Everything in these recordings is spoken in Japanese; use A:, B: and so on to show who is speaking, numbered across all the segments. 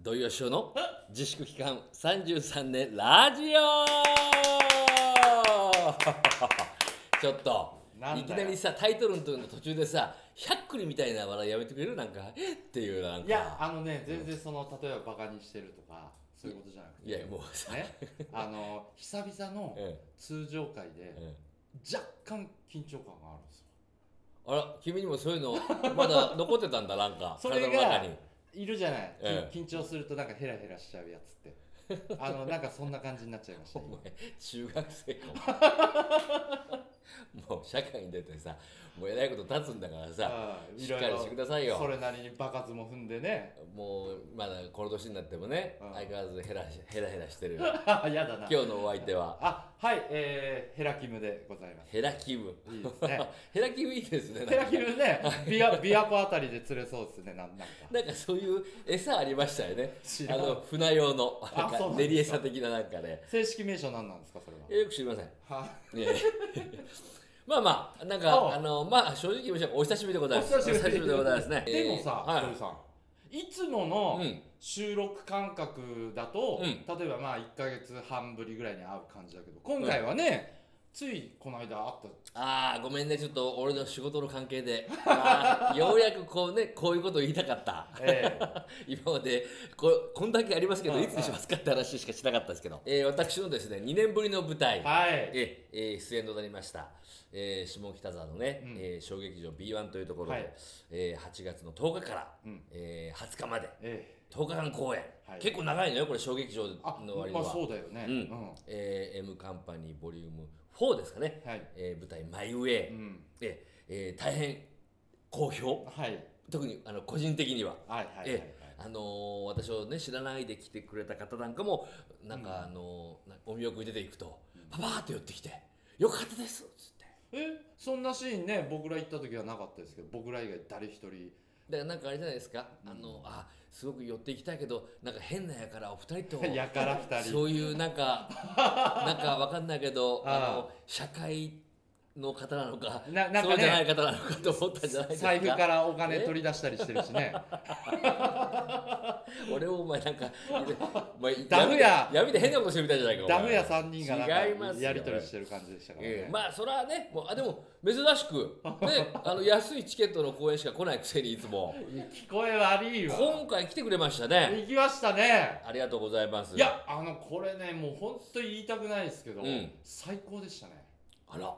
A: 土曜ショーの自粛期間33年ラジオ ちょっと
B: なんだ
A: い
B: よ
A: きなりさタイトルの途中でさ「ひゃっくり」みたいな笑いやめてくれるなんかっていうなんか
B: いやあのね全然その例えばバカにしてるとかそういうことじゃなくて
A: いやもう さ、
B: ねあの久々の
A: え
B: 通常会
A: え
B: で
A: ええ
B: 若干緊張感があるんですよ
A: あら君にもそういうのまだ残ってたんだなんか
B: それが
A: 体の中に
B: いるじゃない、き
A: ええ
B: 緊張するとなんかヘラヘラしちゃうやつってあのなんかそんな感じになっちゃいました
A: お
B: 今
A: 前中学生か ももう社会に出てさもうえらいこと立つんだからさ
B: うん
A: しっかりしてくださいよ
B: それなりにバカずも踏んでね
A: もうまだこの年になってもね、
B: うん
A: 相変わらずヘラヘラヘラしてる
B: やだな
A: 今日のお相手は
B: あはいえー、ヘラキムでございます
A: ヘラキム
B: いいですね
A: ヘラキムいいですね
B: ヘラキムね琵琶琵琶湖あたりで釣れそうですねなんなんか
A: なんかそういう餌ありましたよね
B: 知
A: あ
B: らん
A: の船用のな
B: あ
A: んか
B: そうなんですか
A: 練り餌的ななんかね
B: 正式名称なんなんですかそれ
A: いやよく知りません
B: はは
A: え えまあまあなんか
B: あ
A: あのまあ正直言いましょうお久しぶりでございます
B: お久しぶり
A: でございますね
B: でもさ、
A: ええ
B: ひとりさんいつもの
A: はい、うん
B: 収録感覚だと、
A: うん
B: 例えばまあ1か月半ぶりぐらいに会う感じだけど今回はね、ついこの間会った
A: ああごめんねちょっと俺の仕事の関係であーようやくこうねこういうことを言いたかった
B: ええ
A: 今までここんだけありますけど
B: はい
A: いつにしますかって話しかしなかったですけど、えー私のですね2年ぶりの舞台、
B: はい
A: えーえー出演となりました、えー下北沢のね、
B: うん
A: えー小劇場 B1 というところで、
B: はい
A: えー8月の10日から、
B: うん
A: えー20日まで
B: え
A: 10日間公演、
B: はい
A: 結構長いのよこれ小劇場
B: えあ
A: の割に
B: ま
A: は、
B: あそうだよね
A: うん
B: うん
A: えー M カンパニーボリューム4ですかね、
B: はい、
A: えー舞台「マイ・ウェイ」
B: うん、
A: ええー大変好評
B: はい
A: 特にあの個人的には
B: はいはいはい、はい
A: えあのー私をね知らないで来てくれた方なんかもなんか、
B: うん
A: あのーなお見送り出ていくと、
B: うん
A: パパーって寄ってきて「よかったです」っつって
B: えそんなシーンね僕ら行った時はなかったですけど僕ら以外誰一人
A: だからなんかあれじゃないですか、
B: うん
A: あのあすごく寄っていきたいけどなんか変なやからお二人と
B: やから二人
A: そういうなん かなんかわかんないけどあ
B: ああ
A: の社会の方なのか
B: ななん
A: そう
B: か
A: じゃな
B: ね
A: い方なのかと思ったんじゃないですか
B: 財布からお金取り出したりしてるしね
A: 俺をお前なんか お前
B: ダフや
A: 闇で闇で変なことしてるみたいじゃないかお前
B: ダメや3人がなんか
A: 違いますよ
B: やり取りしてる感じでしたからね、
A: ええまあそれはねもうあでも珍しく、ね、 あの安いチケットの公演しか来ないくせにいつも
B: 聞こえ悪いわ
A: 今回来てくれましたね
B: 行きましたね
A: ありがとうございます
B: いやあのこれねもう本当に言いたくないですけど、
A: うん
B: 最高でしたね
A: あら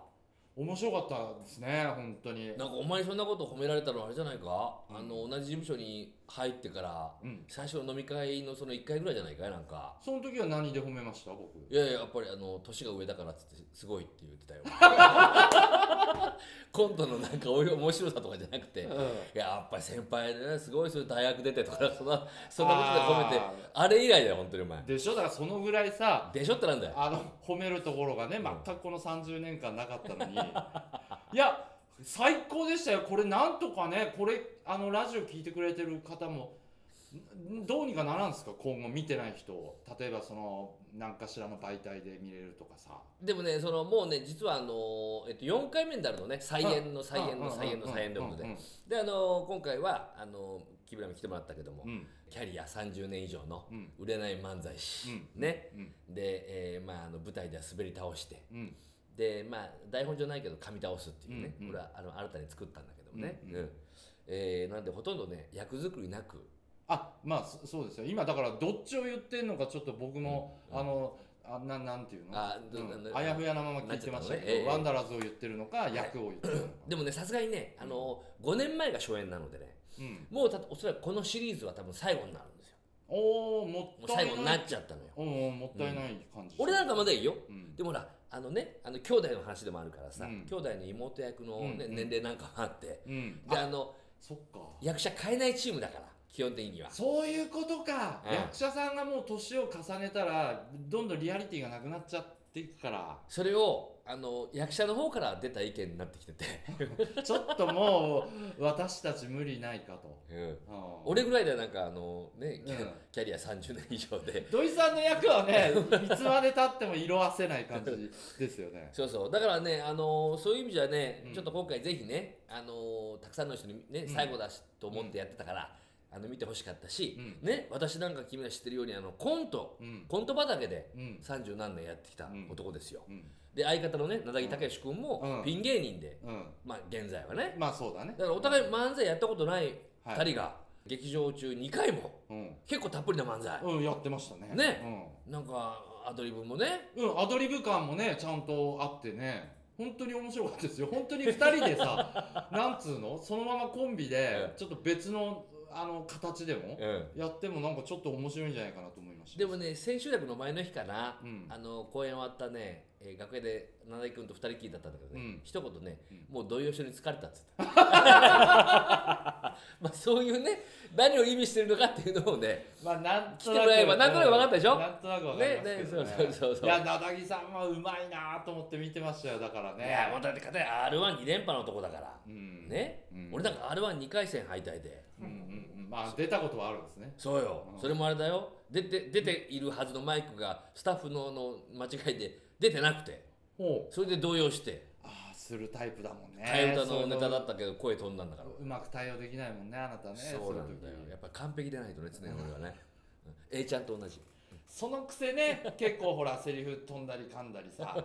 B: 面白かったですね本当に
A: なんかお前にそんなこと褒められたのあれじゃないか、
B: うん
A: あの同じ事務所に入ってから
B: うん
A: 最初の飲み会のその1回ぐらいじゃないかいなんか
B: その時は何で褒めました僕
A: いやいややっぱりあの年が上だからっつってすごいって言ってたよ コントのなんかおい面白さとかじゃなくていややっぱり先輩でねすごいそういう大学出てとかそんなそんなことで褒めて
B: て
A: あれ以来だよ本当にお前
B: でしょだからそのぐらいさ
A: でしょってなんだよ
B: あの褒めるところがね
A: うん
B: 全くこの30年間なかったのにいや最高でしたよこれなんとかねこれあのラジオ聞いてくれてる方もんどうにかならんすか今後見てない人を例えばその何かしらの媒体で見れるとかさ
A: でもねそのもうね実はあの、えっと、4回目になるのね再演の再演の再演の再演ということでであの今回はあの木村に来てもらったけども、
B: うんうん
A: キャリア30年以上の
B: うん
A: 売れない漫才師、
B: うん
A: ね
B: うん
A: で、えーまあ、あの舞台では滑り倒して
B: うん
A: でまあ台本じゃないけど噛み倒すっていうね、
B: うんうん
A: これはあの新たに作ったんだけどもね、
B: う
A: うんん
B: うん
A: えーなんでほとんどね役作りなく
B: あまあそそうですよ今だからどっちを言ってんのかちょっと僕も、
A: うん
B: あのあななんていうの
A: あ
B: う
A: ど
B: ん
A: な
B: あやふやなまま聞いてまし
A: なっちゃった
B: たけど、
A: のねええ
B: ワンダラーズを言ってるのか、役を言ってるのか、
A: でもねさすがにねあの5年前が初演なのでね
B: うん、
A: もうたおそらくこのシリーズは多分最後になるんですよ
B: おおも
A: も
B: っ
A: う
B: た
A: 最
B: いない
A: 後になっちゃったのよ
B: うんうんもったいない感じ、
A: 俺なんかまだいいよ
B: うん
A: でもほらあのねあの兄弟の話でもあるからさ、
B: うん
A: 兄弟の妹役の、ね
B: うんうん
A: 年齢なんかもあって
B: うん
A: で
B: あ
A: あの
B: そっか
A: 役者変えないチームだから基本的には
B: そういうことか、
A: うん
B: 役者さんがもう年を重ねたらどんどんリアリティがなくなっちゃっていくから
A: それをあの役者の方から出た意見になってきてて、
B: ちょっともう 私たち無理ないかと、
A: うん
B: うん
A: 俺ぐらいではなんかあのねキャ,、
B: うん
A: キャリア30年以上で
B: 土井さんの役はねいつまでたっても色褪せない感じですよね
A: そうそうだからねあのそういう意味じゃね、
B: うん
A: ちょっと今回ぜひねあのたくさんの人にね
B: うん
A: 最後だしと思ってやってたから、あの見てほしかったし、
B: う
A: ね、私なんか君が知ってるようにあのコント
B: うん
A: コント畑で
B: うん
A: 三十何年やってきた男ですよ、
B: うん
A: で相方のね名崎武君も
B: うん
A: ピン芸人で、
B: うん
A: まあ現在はね
B: まあそうだね
A: だからお互い漫才やったことない
B: はい
A: 2人が劇場中2回も
B: うん、
A: 結構たっぷりな漫才、
B: うん、やってましたね
A: ねなんかアドリブもね
B: うん、うん、アドリブ感もねちゃんとあってね本当に面白かったですよ本当に2人で さなんつうのそのままコンビで
A: うん
B: ちょっと別のあの形でも
A: うん
B: やってもなんかちょっと面白いんじゃないかなと思いました
A: でもね千秋楽の前の日かな、
B: うん
A: あの公演終わったね、えー楽屋で七井君と二人きりだったんだけどね、
B: うん
A: 一言ね、
B: うん
A: もう土曜緒に疲れたっつってた まあそういうね何を意味してるのかっていうのをね
B: まあなん
A: 来てもらえばなんとなく分かったでしょ
B: なんとなく分かりますけどね
A: ねねそうそうそうそう
B: いや七木さんはうまいなと思って見てましたよだから
A: いやもう
B: ね
A: だって片や r 1 2連覇の男だから、
B: うん
A: ね、
B: うん
A: 俺なんか r 1 2回戦敗退で
B: うんうんうんまあ出たことはあるんですね
A: そうよ、
B: うん
A: それもあれだよ出て出ているはずのマイクがスタッフのの間違いで出てなくて
B: ほう
A: それで替えして
B: ああするタイプだもんね
A: 替え歌
B: そうい
A: の
B: う
A: ネタだったけど声飛んだんだから
B: うまく対応できないもんねあなたね
A: そうなんだよ
B: そういう時
A: やっぱ完璧でないとね常に俺はねうん A ちゃんと同じ
B: そのくせね結構ほらセリフ飛んだり噛んだ りさ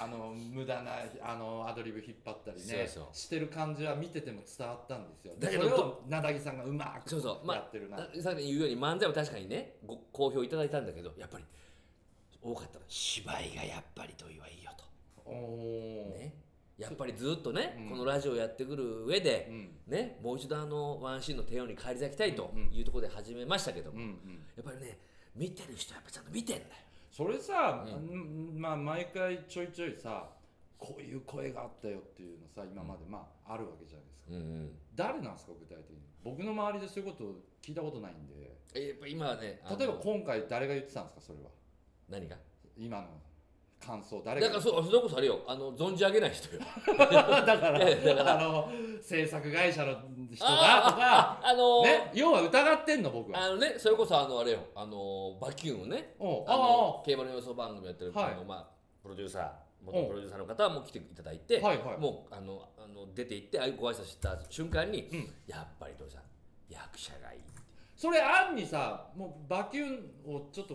B: あの無駄なあのアドリブ引っ張ったりね
A: そうそう
B: してる感じは見てても伝わったんですよで
A: だけ
B: そ
A: ど
B: れをなだぎさんがうまく
A: そうそうま
B: や
A: あ
B: ってるな、
A: さっき言うように漫才は確かにねご好評いただいたんだけどやっぱり多かったの芝居がやっぱり土井はいいよ
B: お
A: と
B: お、
A: ねやっぱりずっとね
B: うん
A: このラジオやってくる上
B: う
A: で
B: ん
A: ねもう一度あのワンシーンの帝王に返り咲きたいと
B: うん
A: いうところで始めましたけど
B: うんう
A: も
B: ん
A: やっぱりね見てる人はやっぱちゃんと見てんだよ
B: それさ、
A: うん
B: んまあ毎回ちょいちょいさこういう声があったよっていうのさ今までまああるわけじゃないです
A: う
B: か
A: んうん
B: 誰なんですか具体的に僕の周りでそういうこと聞いたことないんで
A: えやっぱ今はねあの
B: 例えば今回誰が言ってたんですかそれは
A: 何が
B: 今の感想誰
A: だから
B: が
A: そうそれこそあれよあの存じ上げない人よ
B: だから
A: ええだから
B: あの制作会社の人だ
A: あーああの
B: とか
A: ー
B: ね要は疑ってんの僕は
A: あのね、それこそあのあれよ、あのバキューンをね、
B: おう
A: あの
B: あ
A: 競馬の予想番組やってる、
B: はい
A: あのまあプロデューサー、元プロデューサーの方も来ていただいて、
B: あはいはい
A: もうあのあの出て行ってあご挨拶した瞬間に、
B: うん
A: やっぱりどうさん役者がいいって。
B: それ案にさもうバキュンをちょっと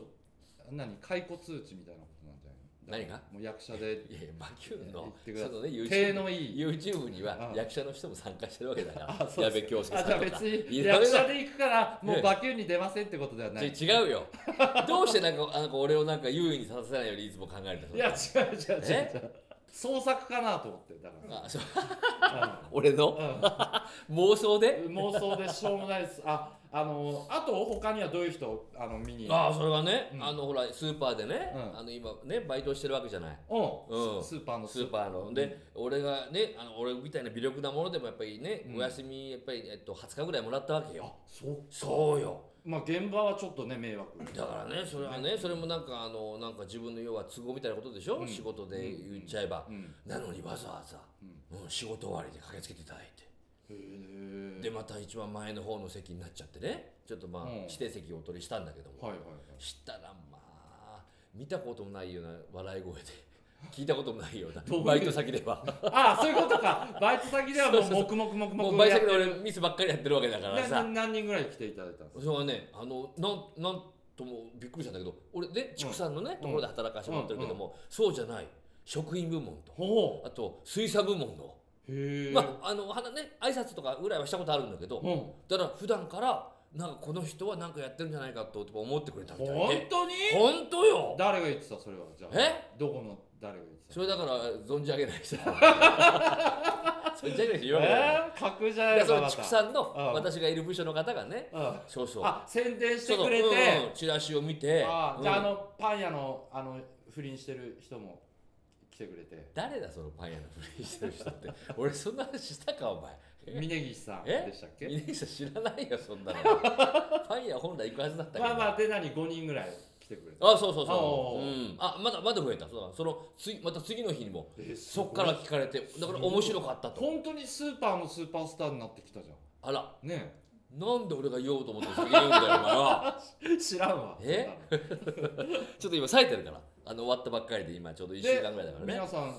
B: 何解雇通知みたいなことなんじゃない
A: 何が
B: もう役者で
A: いやいや、バキューン
B: 言
A: の
B: っ、てください
A: そのね、
B: 手
A: YouTube,
B: のいい
A: YouTube には
B: うん
A: 役者の人も参加してるわけだから、
B: あそう
A: 矢
B: で
A: 部
B: す
A: 京介さん
B: あじゃあ
A: と
B: 別
A: か。
B: に
A: いろいろ
B: 役者で行くからも
A: ね
B: うバキュンに出ませんってことではな
A: ち
B: い
A: 違うよ。どうしてなんか、なんか俺をなんか優位に立たせないようにいつも考えるんだ
B: いや違う違う違う違
A: え
B: う創作かなと思ってだか
A: あそう
B: ら、
A: 俺の
B: う
A: 妄想で
B: ん、妄想でしょうもないですああのあと他にはどういう人あの見に
A: ああそれがね、
B: うん
A: あのほらスーパーでね、
B: うん
A: あの今ねバイトしてるわけじゃない
B: うん
A: うん
B: ススーパーの
A: スーパーので俺がねあの俺みたいな微力なものでもやっぱりね、
B: うん
A: お休みやっぱり、えっと、20日ぐらいもらったわけ
B: あ
A: よ
B: そう
A: そうよ
B: まあ現場はちょっとね迷惑
A: だからねそれはねそれもなんかあのなんか自分の要は都合みたいなことでしょ、
B: うん
A: 仕事で言っちゃえば、
B: うん
A: なのにわざわざ、うん、仕事終わりで駆けつけていただいて
B: へえ
A: でまた一番前の方の席になっちゃってねちょっとまあ、
B: うん
A: 指定席をお取りしたんだけども、
B: はいはいはい
A: したらまあ見たこともないような笑い声で聞いたこともないような
B: どういう
A: バイト先では
B: ああそういうことかバイト先ではもう
A: そうそう
B: 黙々黙
A: もう
B: 々
A: バイト
B: やっ
A: 先
B: て
A: で俺ミスばっかりやってるわけだから
B: な
A: さ
B: な何人ぐらい来ていただいたんですか
A: それはねあのなんなんともびっくりしたんだけど俺で畜産のね、ところで働かせてもらってるけども、そうじゃない食品部門と
B: ほ
A: あと水産部門の、
B: うへえ、
A: まああのはなね挨拶とかぐらいはしたことあるんだけど、
B: うん
A: だから普段からなんかこの人は何かやってるんじゃないかと思ってくれたみたい
B: 本
A: で
B: 当に
A: 本当よ
B: 誰が言ってたそれはじゃあ
A: え
B: どこの誰が言ってた
A: それだから存じ上げない人 存じ上げない人言わないだ
B: えー、格じゃ
A: か
B: ない
A: らその
B: かまた
A: 畜産の
B: うん
A: 私がいる部署の方がね
B: うん
A: そうそう
B: あ宣伝して
A: そう
B: くれて、
A: うんうんチラシを見て
B: あーじゃあ、
A: うん
B: あのパン屋のあの不倫してる人も来てくれて
A: 誰だそのパン屋のフリしてる人って 俺そんな話したかお前
B: 峯岸さん
A: え
B: でしたっけ
A: 峰岸さん知らないよそんな のパン屋本来行くはずだったけど
B: まあまあで何5人ぐらい来てくれて
A: あそうそう
B: お
A: そうう、うん、あまだまだ増えたそうだその次また次の日にも
B: えーす
A: そ
B: ごい
A: っから聞かれてだから面白かったと
B: 本当にスーパーのスーパースターになってきたじゃ
A: あら
B: んね
A: なんで俺が言おうと思って先に言うんだよお前は
B: え知らんわ
A: えちょっと今冴えてるからあの終わったばっかりで今ちょうど1週間ぐらいだからね
B: 皆さん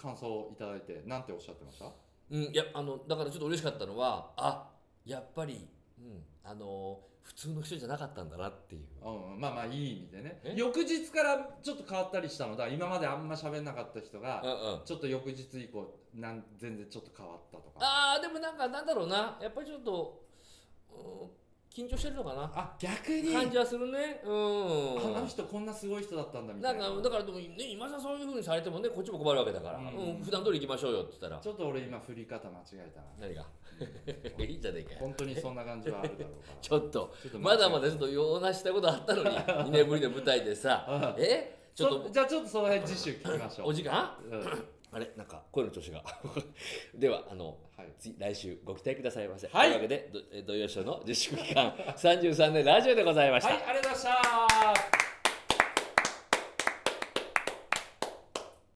B: 感想をいただいてなんておっしゃってました
A: うんいやあのだからちょっと嬉しかったのはあやっぱりうん、あの普通の人じゃなかったんだなっていう
B: うん、まあまあいい意味でね
A: え
B: 翌日からちょっと変わったりしたのだ今まであんま喋んなかった人
A: うん
B: が
A: うん
B: ちょっと翌日以降なん全然ちょっと変わったとか
A: あーでもなんかなんだろうなやっぱりちょっと、うん、緊張してるのかな
B: あ逆に
A: 感じはするねうん
B: あの人こんなすごい人だったんだみた
A: ないん
B: な
A: かだからでもね今さそういうふうにされてもねこっちも困るわけだから、う
B: うんん
A: 普段通り行きましょうよって言ったら
B: ちょっと俺今振り方間違えたな
A: 何が いいじゃねえかよ
B: 本当にそんな感じはあるだろ うから
A: ちょっと
B: ちょっと
A: ま
B: 待って
A: だまだちょっとようなしたことあった のに2年ぶりの舞台でさえちょっ
B: そ
A: と
B: じゃあちょっとその辺次週聞きましょう
A: お時間
B: うんはい
A: あれなんか声の調子が ではあの次来週ご期待くださいませ、
B: は
A: と
B: い
A: いうわけでどえ土曜ショーの自粛期間33年ラジオでございました、
B: はいありがとうございました